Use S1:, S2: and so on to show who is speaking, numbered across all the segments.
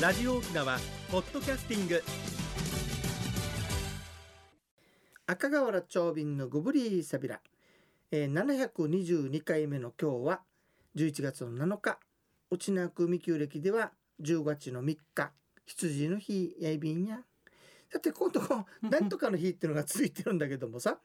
S1: ラジオ沖縄ポッドキャスティング
S2: 赤瓦長瓶のゴブリーサビラ、えー、722回目の今日は11月の7日内縄久美旧暦では10月の3日羊の日やいびんやさて今度こ うなんとかの日っていうのが続いてるんだけどもさ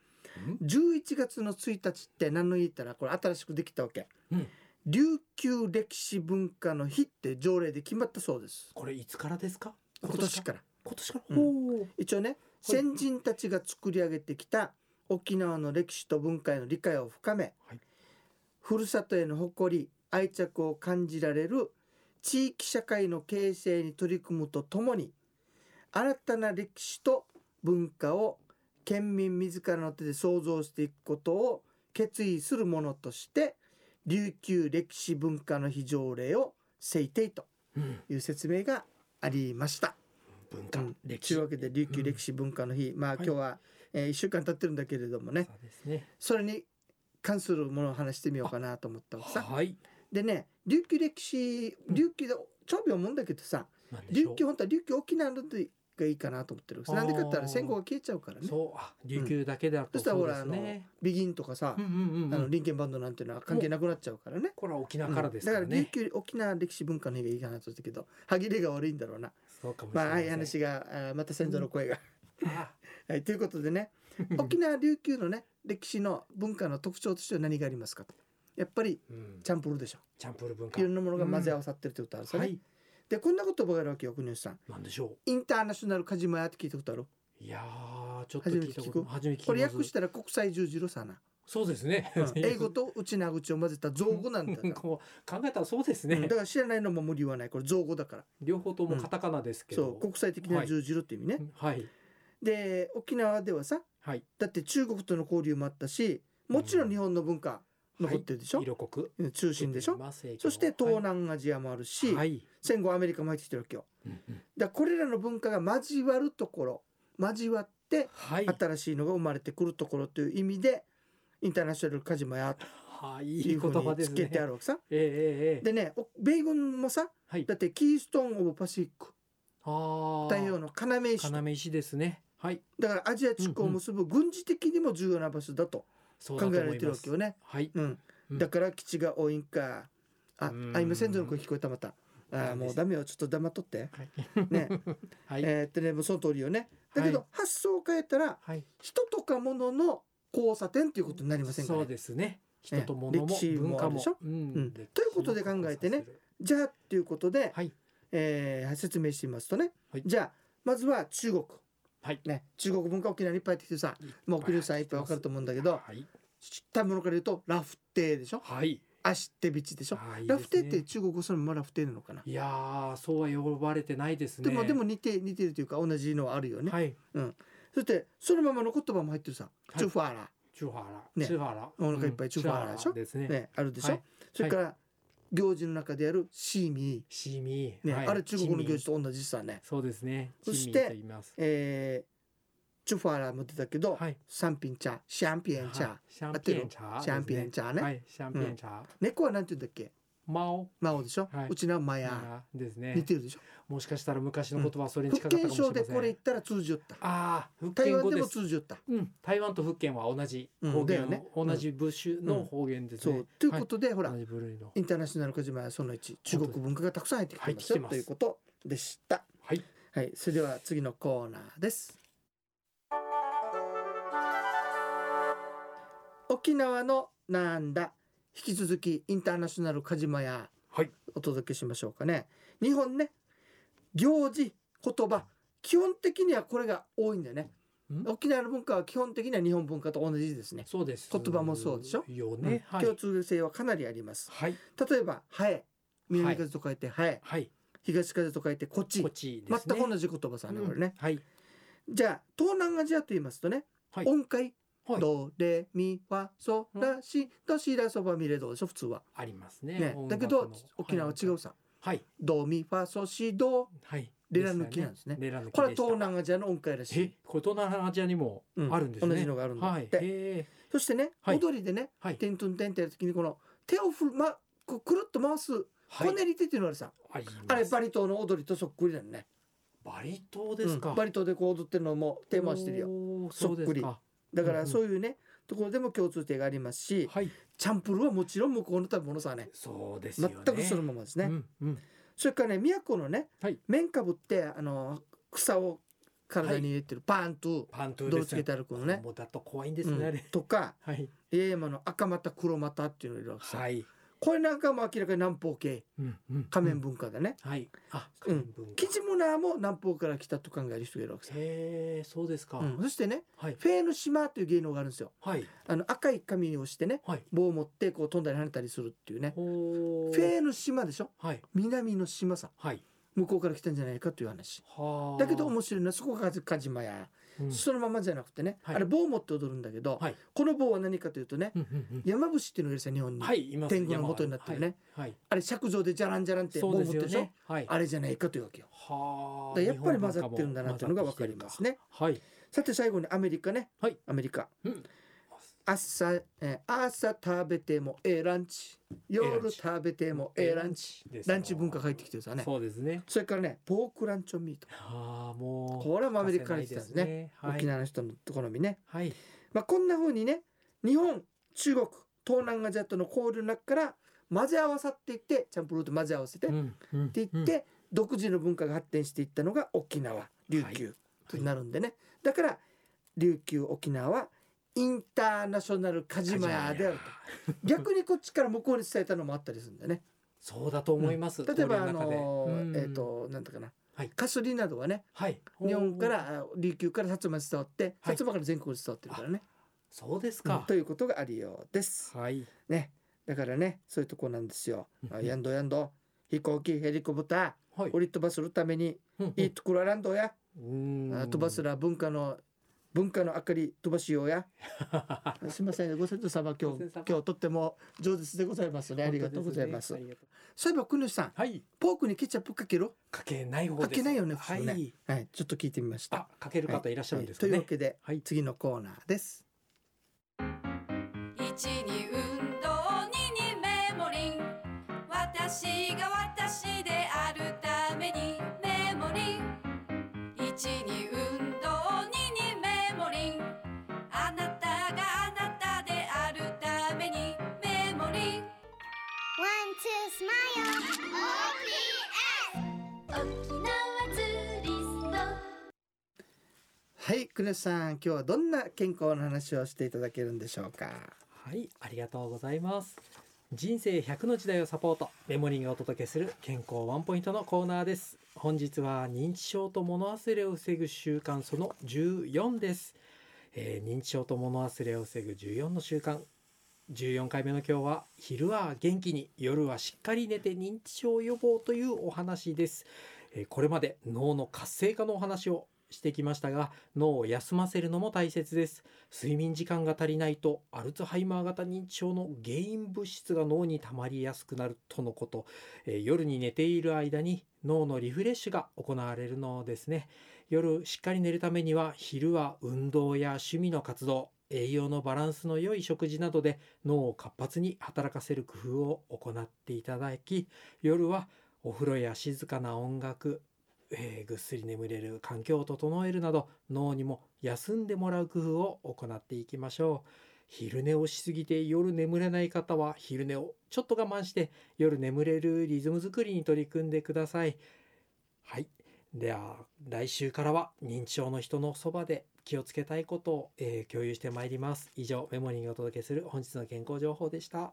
S2: 11月の1日って何の日って言ったらこれ新しくできたわけ、
S3: うん
S2: 琉球歴史文化の日って条例で決まったそうです
S3: これいつからですか
S2: 今年から
S3: 今年から
S2: う
S3: 今
S2: ん
S3: 年から、
S2: 一応ね先人たちが作り上げてきた沖縄の歴史と文化への理解を深め、
S3: はい
S2: ふるさとへの誇り愛着を感じられる地域社会の形成に取り組むとともに新たな歴史と文化を県民自らの手で創造していくことを決意するものとして琉球歴史文化の非条例を制定と
S3: うん
S2: いう説明がありました。
S3: 文化、
S2: うん
S3: 歴
S2: と
S3: 史
S2: いうわけで琉球歴史文化の日、まあ
S3: は
S2: 今
S3: い
S2: 日は、えー、1週間経ってるんだけれどもね
S3: そうですね
S2: それに関するものを話してみようかなと思ったわけさ
S3: はい
S2: でね琉球歴史
S3: うん
S2: 琉球で調味思うんだけどさ、
S3: なんでし
S2: 琉
S3: ょう
S2: 球本当は琉球沖縄のがいいかなと思ってるわけさなんでかって言ったら
S3: あー
S2: 戦後が消えちゃうからねそ
S3: そうあ琉球だけだと
S2: したら
S3: そ
S2: ほ
S3: うで
S2: ら、
S3: す
S2: あの
S3: ね、
S2: ビギンとかさ、
S3: うんうんうん
S2: あ
S3: う
S2: の
S3: ん
S2: リンケンバンドなんていうのは関係なくなっちゃうからね、
S3: これは沖
S2: う
S3: 縄
S2: ん
S3: からですから
S2: だから琉
S3: ね、
S2: 球沖縄歴史文化の日がいいかなと思ったけど歯切れが悪いんだろうな
S3: そうかもしれ
S2: まああ
S3: な
S2: あ
S3: い
S2: いう話があーまた先祖の声が
S3: あ
S2: はい、ということでね沖縄琉球のね歴史の文化の特徴としては何がありますかとやっぱり
S3: うん
S2: チャンプルーでしょ
S3: チャンプルー文化
S2: いろんなものが混ぜ合わさってるってことあるさね、
S3: はい
S2: でこんなこと覚えるわけよ国吉さん
S3: なんでしょ
S2: インターナショナルカジマヤって聞いたことある
S3: ういやーちょっと聞いたこと初めて聞き
S2: これ
S3: ます
S2: 訳したら国際十字路さな、
S3: そうですね、
S2: うん英語とうちなうちを混ぜた造語なんだか ら、
S3: こう考えたらそうです
S2: う
S3: ね
S2: んだから知らないのも無理言わないこれ造語だから
S3: 両方ともカタカナですけ
S2: そ
S3: ど
S2: う、国際的な十字路って意味ね、
S3: はい
S2: で沖縄ではさ
S3: はい
S2: だって中国との交流もあったしもちろん日本の文化残ってるでしょ、
S3: 色濃く
S2: うん中心でしょそして東南アジアもあるし、
S3: はい、
S2: 戦後アメリカも入ってきてるわけよ。だからこれらの文化が交わるところ交わって
S3: はい
S2: 新しいのが生まれてくるところという意味でインターナショナルカジマや
S3: はい
S2: と
S3: い
S2: い
S3: いうい言
S2: ふう
S3: 葉
S2: に
S3: で
S2: つ
S3: すね
S2: けてあるわけさ。
S3: ええええええ
S2: でねお米軍もさ
S3: はい
S2: だってキーストーン・オブ・パシフィック
S3: あ
S2: 太平洋の要石
S3: 要石ですねはい
S2: だからアジア地区を結ぶ軍事的にも重要な場所だと
S3: そうだ
S2: 考
S3: と
S2: え
S3: 思
S2: ら
S3: いま
S2: れてるわけよ
S3: ね
S2: ね。
S3: はい
S2: うん、
S3: うん
S2: だから基地が多いんかあ
S3: うん
S2: あ今先祖の声聞こえたまたあーもうダメよちょっと黙っとって。
S3: はい
S2: ね、
S3: はい、
S2: えーってねもうその通りよねだけど、
S3: は
S2: 発想を変えたら
S3: はい
S2: 人とか物の交差点ということになりませんか、ね
S3: そうですね
S2: ええ
S3: 人と物
S2: 歴
S3: も
S2: 史も
S3: 文
S2: あ
S3: 化
S2: る
S3: も
S2: でしょ
S3: うん
S2: うん
S3: 歴史も
S2: ということで考えてね
S3: 交差する
S2: じゃあっていうことで、
S3: はい
S2: えー説明してみますとね、
S3: はい
S2: じゃあまずは中国、
S3: はい
S2: ね、中国文化沖縄にいっぱい入ってきてさもう
S3: いっぱい
S2: 沖縄さんいっぱいわかると思うんだけど
S3: はい
S2: 知ったものから言うとラフテーでしょ
S3: はい
S2: アシテビチでしょ
S3: あいいですね
S2: ラフテーって中国語そのままラフテーなのかな、
S3: いやーそうは呼ばれてないですね
S2: でもでも似て似てるというか同じのはあるよね、
S3: はい
S2: そしてそのままの言葉も入ってるさ、
S3: い
S2: チュファーラ
S3: チューハラ
S2: ね
S3: チューハラ
S2: お腹いっぱいチューハラでしょ
S3: うんチューハですね
S2: ね、あるでしょ、
S3: はい
S2: それから、行事の中でやるシーミー
S3: シミ
S2: ね、
S3: はい
S2: あれ中国の行事
S3: シミ
S2: と同じさね、
S3: そうですね
S2: そ
S3: シ
S2: して
S3: ミと言います
S2: えー、チュファーラーも出たけど、
S3: はい
S2: サンピンチャーシャンピエンチャー、
S3: はいシャンピエンチャー
S2: シャンピエンチャーね
S3: はいシャンピエンチャー
S2: 猫はなんて言うんだっけ
S3: マオ
S2: マオでしょ、
S3: はいう
S2: ちのはマヤ、
S3: です
S2: 似
S3: ね
S2: てるでしょ
S3: もしかしたら昔の言葉はそれに近
S2: 福
S3: かったか
S2: 建
S3: もしれ
S2: 省
S3: ませ
S2: で
S3: ん
S2: これ言ったら通じよった
S3: ああ福
S2: 台
S3: 建
S2: 湾
S3: 語
S2: で
S3: で
S2: も
S3: す
S2: 通じよった
S3: うん台湾と福建は同じ
S2: うん
S3: 方言
S2: だよね
S3: を同じ部首の方言です
S2: そう、
S3: ね
S2: ということで、ほ
S3: ほ
S2: ら
S3: 同じ部類の
S2: インターナショナルカジマはその1中国文化がたくさん入ってきてます
S3: 入
S2: よ、
S3: ってきてます
S2: ということでした
S3: はい
S2: はいそれでは次のコーナーです沖縄のなんだ引き続きインターナショナルカジマや
S3: はい
S2: お届けしましょうかね日本ね行事言葉基本的にはこれが多いんだよね
S3: ん
S2: 沖縄の文化は基本的には日本文化と同じですね
S3: そうです
S2: 言葉もそうでしょ
S3: よね
S2: うん
S3: はい
S2: 共通性はかなりあります
S3: はい
S2: 例えば「ハエ」南風と書いて「ハエ」
S3: はい
S2: 東風と書いて「こっち
S3: こっ」ちですね
S2: 全く同じ言葉さね、これね
S3: うんはい
S2: じゃあ東南アジアと言いますとね、
S3: はい
S2: 音階、
S3: はい
S2: ドレミファソラシドシラソファミレドでしょ普通は、
S3: あります
S2: ね
S3: ね音楽の
S2: だけど
S3: はい
S2: 沖縄は違うさ、
S3: はい
S2: ドミファソシド
S3: はい
S2: レラ抜きなんですね
S3: レラ抜き
S2: これは
S3: でした
S2: 東南アジアの音階らし
S3: え
S2: い、
S3: これ東南アジアにも
S2: うん
S3: あるんですね、
S2: 同じのがあるんだ
S3: はい
S2: って
S3: へ
S2: そしてね、
S3: はい
S2: 踊りでね
S3: ーはい
S2: テントンテンってやる時にこの手をふる、ま、こうくるっと回す
S3: はい
S2: コネリテっていうのはあるさ
S3: あります
S2: あれバリ島の踊りとそっくりだよね
S3: バリ島ですか、
S2: うんバリ島でこう踊ってるのもテーマにしてるよ
S3: よそうですか
S2: だか
S3: うんう
S2: ら
S3: ん
S2: そういうね、ところでも共通点がありますし
S3: はい
S2: チャンプルーはもちろん向こうの食べ物さね
S3: そうですよ
S2: 全
S3: ね
S2: くそのままですね、
S3: うんうん
S2: それからね宮古のね、
S3: はい
S2: 綿かぶってあの草を体に入れてる、パーンと
S3: パントゥー
S2: 泥
S3: で
S2: つ
S3: す
S2: け
S3: ね
S2: て歩くの
S3: ね
S2: ね
S3: だと怖いんですね、あ
S2: うん
S3: れ
S2: とか
S3: はい
S2: 八重山の赤股黒股っていうのがいるわけさ、
S3: はい、
S2: これなんかも明らかに南方系
S3: うんうん、
S2: 仮面文化だね、
S3: はいあ
S2: う
S3: 仮
S2: ん
S3: 面文化、
S2: キジムナーも南方から来たと考える人がいるわけさ、
S3: へえそうですか、
S2: うんそしてね
S3: はい
S2: フェーの島という芸能があるんですよ
S3: はい
S2: あの赤い髪をしてね
S3: はい
S2: 棒を持ってこう飛んだり跳ねたりするっていうね
S3: ほ
S2: フ
S3: ー
S2: ェーの島でしょ
S3: はい
S2: 南の島さ
S3: はい
S2: 向こうから来たんじゃないかという話
S3: はあ
S2: だけど面白いのはそこがカジマや、
S3: うん
S2: そのままじゃなくてね、
S3: はい
S2: あれ棒を持って踊るんだけど、
S3: はい
S2: この棒は何かというとね、
S3: うんうん
S2: 山伏っていうのがいるさ日本
S3: うん
S2: に、
S3: はいいます
S2: 天狗の元になってるね、
S3: 山ははい
S2: あれ尺上でじゃらんじゃらんっ
S3: はい、
S2: て棒
S3: そ
S2: を
S3: う
S2: 持
S3: で
S2: って
S3: す
S2: る
S3: よ
S2: でしょ
S3: ねはい
S2: あれじゃないかというわけよ
S3: はあ
S2: だからやっぱり混ざってるんだなっていうのが分かりますね
S3: 日本文化も混ざってきてる
S2: さて最後にアメリカね、
S3: はい
S2: アメリカ
S3: かはい
S2: 朝,、えー朝食べてもええランチ
S3: ええラ
S2: 夜
S3: ンチ
S2: 食べてもええランチ
S3: ですよ
S2: ランチ文化入ってきてるさね
S3: そうですね
S2: それからねポークランチョンミート
S3: ああもう
S2: これはアメリカから来たんですね
S3: はい、
S2: 沖縄の人の好みね、
S3: はい
S2: まあ、こんな風にね日本中国東南アジアとの交流の中から混ぜ合わさっていってチャンプルーと混ぜ合わせて、
S3: う
S2: っ
S3: んうん
S2: ていって、独自の文化が発展していったのが沖縄琉球
S3: い
S2: になるんでね、だから琉球沖縄はインターナショナルカジマヤであると逆にこっちから向こうに伝えたのもあったりするんだよね
S3: そうだと思います、
S2: 例えばあ
S3: 交流中で
S2: の
S3: うん
S2: えっ、となんだかな、
S3: はい
S2: カスリなどはね
S3: はい
S2: 日本からあ琉球から薩摩に伝わって、
S3: はい
S2: 薩摩から全国に伝わってるからね、
S3: そうです
S2: うん
S3: か、
S2: ということがあるようです、
S3: はい
S2: ねだからねそういうとこなんですよ
S3: うん
S2: あやんどやんど飛行機ヘリコプタ
S3: は
S2: ー
S3: い
S2: 降り飛ばするために
S3: うん
S2: いいところあらんどや、
S3: うん
S2: あ飛ばすら文化の文化の明かり飛ばしようや すいませんご先祖様今
S3: ご
S2: 日
S3: 先祖様
S2: 今日とっても上手でございますねありがとうございます
S3: 本当でねありがとう
S2: そういえば国主さん
S3: はい
S2: ポークにケチャップかける
S3: かけない方です
S2: かけないよね普
S3: は
S2: 通ね
S3: い
S2: はいちょっと聞いてみました
S3: あかける方いらっしゃるんですか
S2: はいという
S3: ね
S2: わけで
S3: はい
S2: 次のコーナーです
S4: 一に運動二にメモリン私が私であるためにメモリン一に運動二にメモリンあなたがあなたであるためにメモリン
S5: One, two, smile. OPS! 沖縄ツーリスト。
S2: はい国主さん今日はどんな健康の話をしていただけるんでしょうか
S3: はい、ありがとうございます。人生100の時代をサポート、メモリーがお届けする健康ワンポイントのコーナーです。本日は認知症と物忘れを防ぐ習慣その14です。えー認知症と物忘れを防ぐ14の習慣。14回目の今日は昼は元気に夜はしっかり寝て認知症予防というお話です。えーこれまで脳の活性化のお話をしてきましたが脳を休ませるのも大切です。睡眠時間が足りないとアルツハイマー型認知症の原因物質が脳に溜まりやすくなるとのこと、えー夜に寝ている間に脳のリフレッシュが行われるのですね夜しっかり寝るためには昼は運動や趣味の活動栄養のバランスの良い食事などで脳を活発に働かせる工夫を行っていただき夜はお風呂や静かな音楽えーぐっすり眠れる環境を整えるなど脳にも休んでもらう工夫を行っていきましょう昼寝をしすぎて夜眠れない方は昼寝をちょっと我慢して夜眠れるリズム作りに取り組んでくださいはいでは来週からは認知症の人のそばで気をつけたいことを、えー共有してまいります以上メモリーがお届けする本日の健康情報でした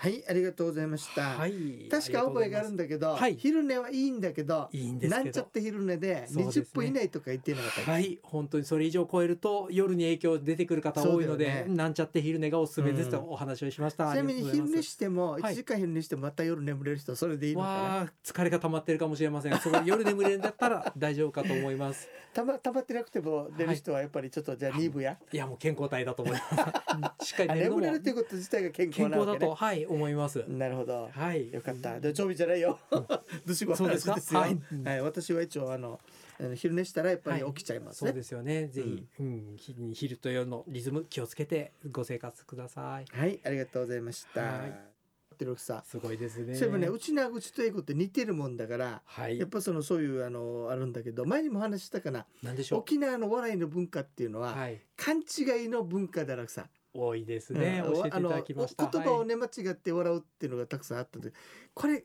S2: はいありがとうございました、
S3: はい
S2: 確か覚えがあるん
S3: だ
S2: だけど、
S3: はい
S2: 昼寝はいいんだけど
S3: いいんですけど
S2: なんちゃって昼寝で
S3: そうですね
S2: 20分以内とか言ってなかったっけ
S3: はい本当にそれ以上超えると夜に影響出てくる方多いので、
S2: そうだよね
S3: なんちゃって昼寝がおすすめですと
S2: うん
S3: お話をしました、
S2: ちなみに
S3: ありがと
S2: 昼
S3: うござい
S2: 寝
S3: ます
S2: しても
S3: は
S2: 1
S3: い
S2: 時間昼寝してもまた夜眠れる人はそれでいいのかな
S3: わあ疲れが溜まってるかもしれませんそこで夜眠れるんだったら大丈夫かと思います
S2: たまたまってなくても出る人はやっぱりちょっとじゃあ2部や、
S3: いやもう健康体だと思い ますしっかり
S2: あ
S3: 寝るの
S2: 眠れ
S3: も
S2: るということ自体が健康
S3: 健
S2: な
S3: 康
S2: わ
S3: だ
S2: けね
S3: とはい思います、
S2: なるほど
S3: はい
S2: よかった。で、常備じゃないよ。 どしご
S3: そうですか
S2: です よ。は
S3: はいい、
S2: 私は一応、あの、あの昼寝したら、やっぱり起きちゃいます
S3: そう
S2: ね
S3: で。すよねぜひ、うんひ昼と夜のリズム気をつけてご生活ください
S2: はい、ありがとうございました
S3: はい。
S2: ってるわけさ、
S3: すごいですね。
S2: そういえばねうちなぐちと英語って似てるもんだから
S3: はい
S2: やっ。ぱそのそういうあのあるんだけど前にも話したかな
S3: なんでしょ
S2: 沖縄の笑いの文化っていうの
S3: う。
S2: は、
S3: はい。
S2: 勘違いの文化だらくさ、
S3: 多いですね。
S2: うん
S3: 教えていただきました。
S2: あのお言葉を
S3: ね。
S2: ね間違って笑うっていうのがたくさんあったんでこれ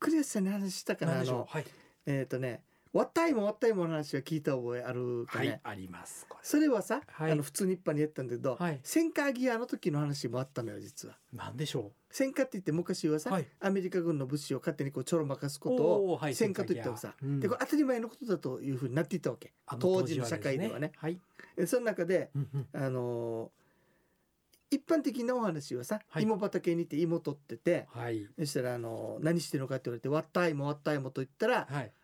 S2: クリアさんに話したか
S3: な
S2: なんあ
S3: でしょ
S2: の
S3: う。はい。
S2: えっ、とね「わったいもわったいも」の話は聞いた覚えあるか
S3: は
S2: ね、
S3: い。あります。こ
S2: それはさ、
S3: はい
S2: あの普通に一般にやったんだけど、
S3: はい
S2: センカーギアの時の話もあったのよ実は。
S3: れ。なんでしょ
S2: 戦火って言って昔はさ、
S3: はい
S2: アメリカ軍の物資を勝手にこうちょろまかす
S3: う。
S2: ことを
S3: おーはい
S2: 戦火と言ったわけさ、
S3: うん
S2: でこれ当たり前のことだというふうになっていったわけ
S3: あの
S2: 当時の社会ではね
S3: 当時はい。
S2: えその中で、
S3: うんうん
S2: あのー一般的なお話はさ、
S3: はい
S2: 芋畑に行って芋取ってて
S3: はい。
S2: そしたら、あのー何してるのかって言われて「割った芋割った芋」と言ったら
S3: はい。
S2: 「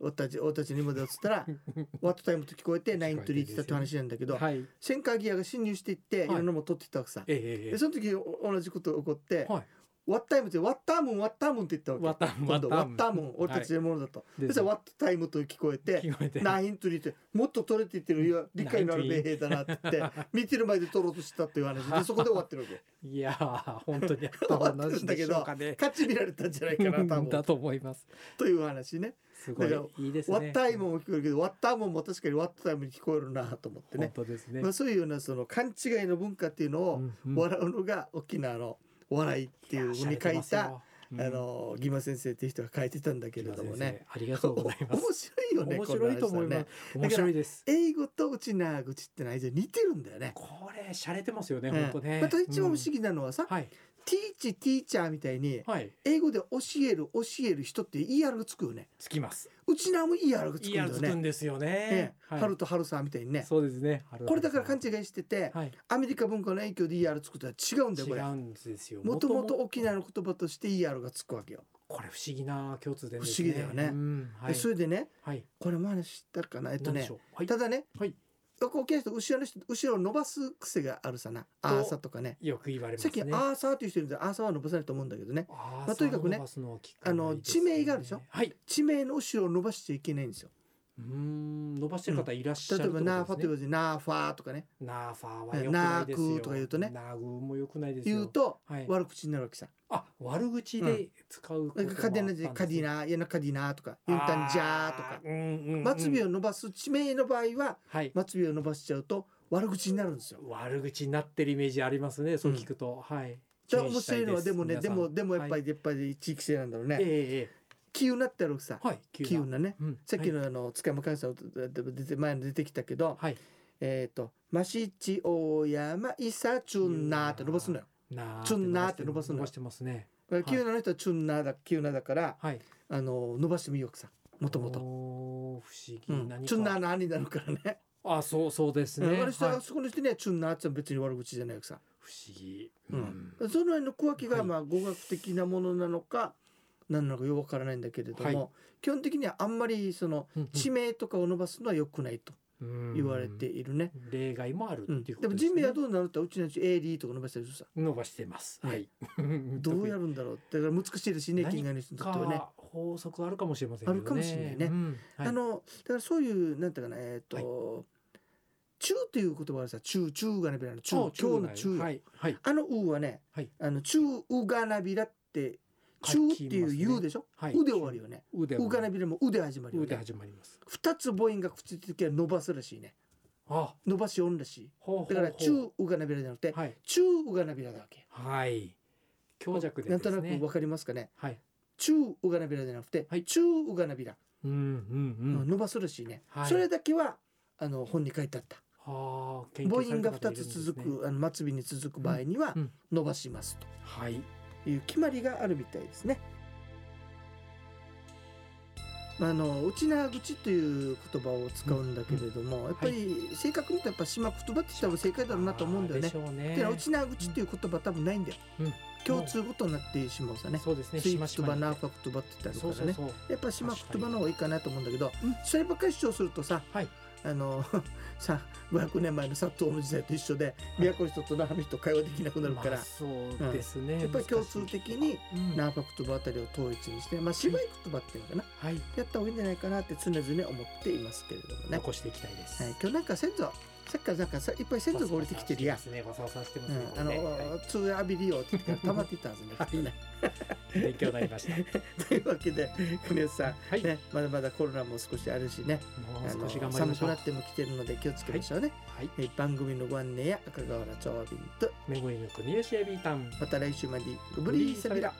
S2: 俺たち俺たちの芋だ」っつっ たら「割った芋」と聞こえて「ナイントリー」って言ったって話なんだけど、
S3: はい。
S2: 戦火ギアが侵入していって、
S3: い
S2: い、ろんなもの取っていったわけさ。
S3: えええ
S2: でその時お同じこと起こって
S3: え。はい。
S2: 「割った芋」って「割ったもん割ったもん」って言ったわけ。
S3: わた
S2: 今度割った
S3: ん。
S2: もん俺たちのものだと、
S3: で
S2: そしたら「割ったタイム」と聞こえて
S3: 聞こえて。
S2: ナイントリーってもっと取れていってるよ理解のある米兵だなって言って見てる前で取ろうとしたっていう話でそこで終わってるわけ
S3: いやー、本当に
S2: わってるんだけど
S3: どうかね。
S2: 勝ち見られたんじゃないかな多
S3: だ
S2: 分
S3: と思います。
S2: という話ね
S3: すごい
S2: だか。
S3: いいですね。
S2: 割ったイムも聞こえるけど割ったもんも確かに割ったタイムに聞こえるなと思って
S3: 本
S2: ね、
S3: 当ですね
S2: まあ、。そういうようなその勘違いの文化っていうのを
S3: うんうん
S2: 笑うのが沖縄の笑いっていうふうに書いた、、
S3: うん
S2: あ、の義馬先生っていう人が書いてたんだけれどもね。
S3: 木村先生。ありがとうございま
S2: 面
S3: す。
S2: 白いよね
S3: 面白いと思いま
S2: この話はね
S3: す。面白いです。
S2: 英語とうちな口ってのは似てるんだよね。
S3: これ洒落てますよね、
S2: うん
S3: 本当ね。
S2: また一番不思
S3: 議。
S2: 議なのはさ、
S3: はい。
S2: ティーチティーチャーみたいに
S3: はい。
S2: 英語で教える教える人って ER がつくよね
S3: つきます。
S2: うちなも ER がつくん
S3: い
S2: だ
S3: や、
S2: よ
S3: つくん
S2: ね
S3: ですよ
S2: え
S3: ね。
S2: え
S3: はい
S2: 春と春さんみたいにね
S3: そうですね。
S2: これだから勘違いしてて
S3: はい。
S2: アメリカ文化の影響で ER つくとは違うんだ
S3: 違
S2: よこれ
S3: うんですよ。
S2: もともと
S3: 元々
S2: 沖縄の言葉として ER がつくわけよ
S3: これ不思議な共通点です
S2: 不思議だよね
S3: うんは
S2: で
S3: い。
S2: それでね
S3: はい。
S2: これも話したかなえっと
S3: なんで
S2: ね
S3: しょう。はい。
S2: ただね
S3: はい
S2: 沖縄の人後ろの人後ろを伸ばす癖があるさなアーサとかね
S3: よく言われます
S2: さ
S3: ね。
S2: っきアーサーっていう人いるんでアーサーは伸ばさないと思うんだけどね
S3: あー
S2: まあとにかく
S3: サ
S2: ね
S3: ードバスの機会
S2: あの
S3: ないですね
S2: 地名があるでしょ
S3: はい。
S2: 地名の後ろを伸ばしちゃいけないんですよ
S3: うーん伸ばしてる方いらっしゃ
S2: 例
S3: る
S2: えばナーフ
S3: こ
S2: ァ
S3: とと
S2: 言
S3: で
S2: うとナーファーとかね
S3: すねナーファーは良くないですよ。
S2: ナークーとか言うとね
S3: ナーグーも良くないですよ。
S2: 言うと
S3: はい。
S2: 悪口になるわけさ
S3: あ悪口で使う
S2: カディナでカディナいやなカディナとかユンタンジャーとか末尾
S3: を
S2: を伸ばす地名の場合は
S3: はい
S2: 末尾を伸ばしちゃうと悪口になるんですよ
S3: 悪口になってるイメージありますね。そう聞くと、はい。
S2: だから面白いのは
S3: 注
S2: で
S3: 意
S2: もね
S3: した
S2: で
S3: いす
S2: もでもやっぱ
S3: はい
S2: りやっぱり地域性なんだろう
S3: え
S2: ね
S3: え
S2: 気になってあるわけさ
S3: ええはい。急な
S2: 気運なね
S3: うん
S2: さっきのあの塚山監さん出て前に出てきたけど
S3: はい。
S2: えっとマシチオヤマイサチュンナーって伸ばすのよ
S3: な
S2: チュンナーって伸ばすの
S3: 伸
S2: よ
S3: ばしてますね。い
S2: 急なの人はチュンナーだ急なだから
S3: はい。
S2: あの伸ばしてみようかさもともと。
S3: おー不思議。
S2: うん
S3: 何か
S2: チュンナーの兄になるからね。
S3: あそうそうですね。
S2: うんあの人
S3: はい
S2: はそこの人にはチュンナーって別に悪口じゃないわけさ。
S3: 不思議。
S2: うんその辺の区分け
S3: は
S2: が
S3: い
S2: まあ語学的なものなのか何なのかよくわからないんだけれども、
S3: はい
S2: 基本的にはあんまりその地名とかを伸ばすのは良くないと言われているね。うん
S3: 例外もあるっていうこ
S2: で
S3: と
S2: も
S3: ですね。
S2: 人名はどうなるってうちのうち AD とか伸ばしたりするさ
S3: 伸ばしてます。はい。
S2: どうやるんだろうだから難しいですしね
S3: 何か
S2: 近外の人にとってはね。
S3: か法則あるかもしれませんけどね。
S2: あるかもしれないね
S3: うんはい
S2: あのだからそういうなんていうかなえっ、と「中」という言葉があるさ「中」「中がなびらの「中」
S3: あ
S2: 「今日の
S3: 中
S2: 中」
S3: はいはい
S2: あの「う」はね、
S3: はい
S2: あの「中うがなびら」って「
S3: 書き
S2: 中」
S3: ます
S2: って
S3: ね
S2: いう「ゆ」でしょ、
S3: はいう
S2: で終わるよね。
S3: 腕
S2: うがなびらも「う」で始まるよ
S3: 腕
S2: ね。
S3: 始まります。
S2: 二つ母音がくっついてる時は伸ばすらしいね。
S3: あ
S2: 伸ばし音らしい。
S3: ほうほうほう
S2: だから「中うがなびら」じゃなくて
S3: はい
S2: 「中うがなびら」だわけ。
S3: はい強弱で
S2: な
S3: で
S2: んと
S3: す
S2: な
S3: ね
S2: くわ。かりますかね。
S3: はい
S2: 中うがなびらじゃなくて
S3: はい
S2: 「中うがなびら」
S3: うんうんうん。
S2: 伸ばすらしいね。
S3: はい
S2: それだけはあの本に書いてあった。
S3: ああ
S2: 母音が2つ続く、あの末尾に続く場合には
S3: うん
S2: 伸ばします
S3: はい
S2: という決まりがあるみたいですね。まあ、あの内縄口という言葉を使うんだけれども、やっぱり正確に言うとやっぱ島言葉って多分正解だろうなと思うんだよ
S3: で
S2: ね
S3: し。ょうね
S2: ていうのは内縄口っていう言葉多分ないんだよ。
S3: うん
S2: 共通語となってしまうさね。
S3: そうですね
S2: スイーツ
S3: し
S2: 言
S3: ま
S2: 葉
S3: しま
S2: ナー
S3: に
S2: ファク言葉って言ったりとか
S3: そ
S2: ね
S3: うそうそう
S2: やっぱ島
S3: 確かに
S2: 言葉の方がいいかなと思うんだけど、
S3: うん
S2: そればっかり主張するとさ、
S3: はい
S2: あの さ500年前の佐藤の時代と一緒で都の人と那覇の人会話できなくなるから、
S3: まあ、そうですね、
S2: やっぱり共通的に
S3: うん
S2: ナーファクトバあたりを統一にして、まあ、芝居言葉っていうのかな、
S3: はい
S2: やった方がいいんじゃないかなって常々思っていますけれどもね。
S3: 残していきたいです、
S2: はい、今日なんか先祖さっきからなんかさいっぱい先祖が降りてきてるやん
S3: バサバサしてますねバサバサしてますね
S2: うん、あ
S3: これねは
S2: の「通浴びるよ」って言ってから溜まっていったんですねきっとね。
S3: い勉強になりましたも
S2: というわけで金吉さん、
S3: はい
S2: ね、まだまだコロナも少しあるしねあ
S3: う少
S2: の
S3: し頑張りま
S2: 寒
S3: しょ
S2: く
S3: う
S2: な
S3: は
S2: っても来てるので気をつけましょうね、
S3: い
S2: えー番組のご案内や赤瓦長瓶と
S3: メモリーの国吉エビータン
S2: また来週までグブリーサビラ。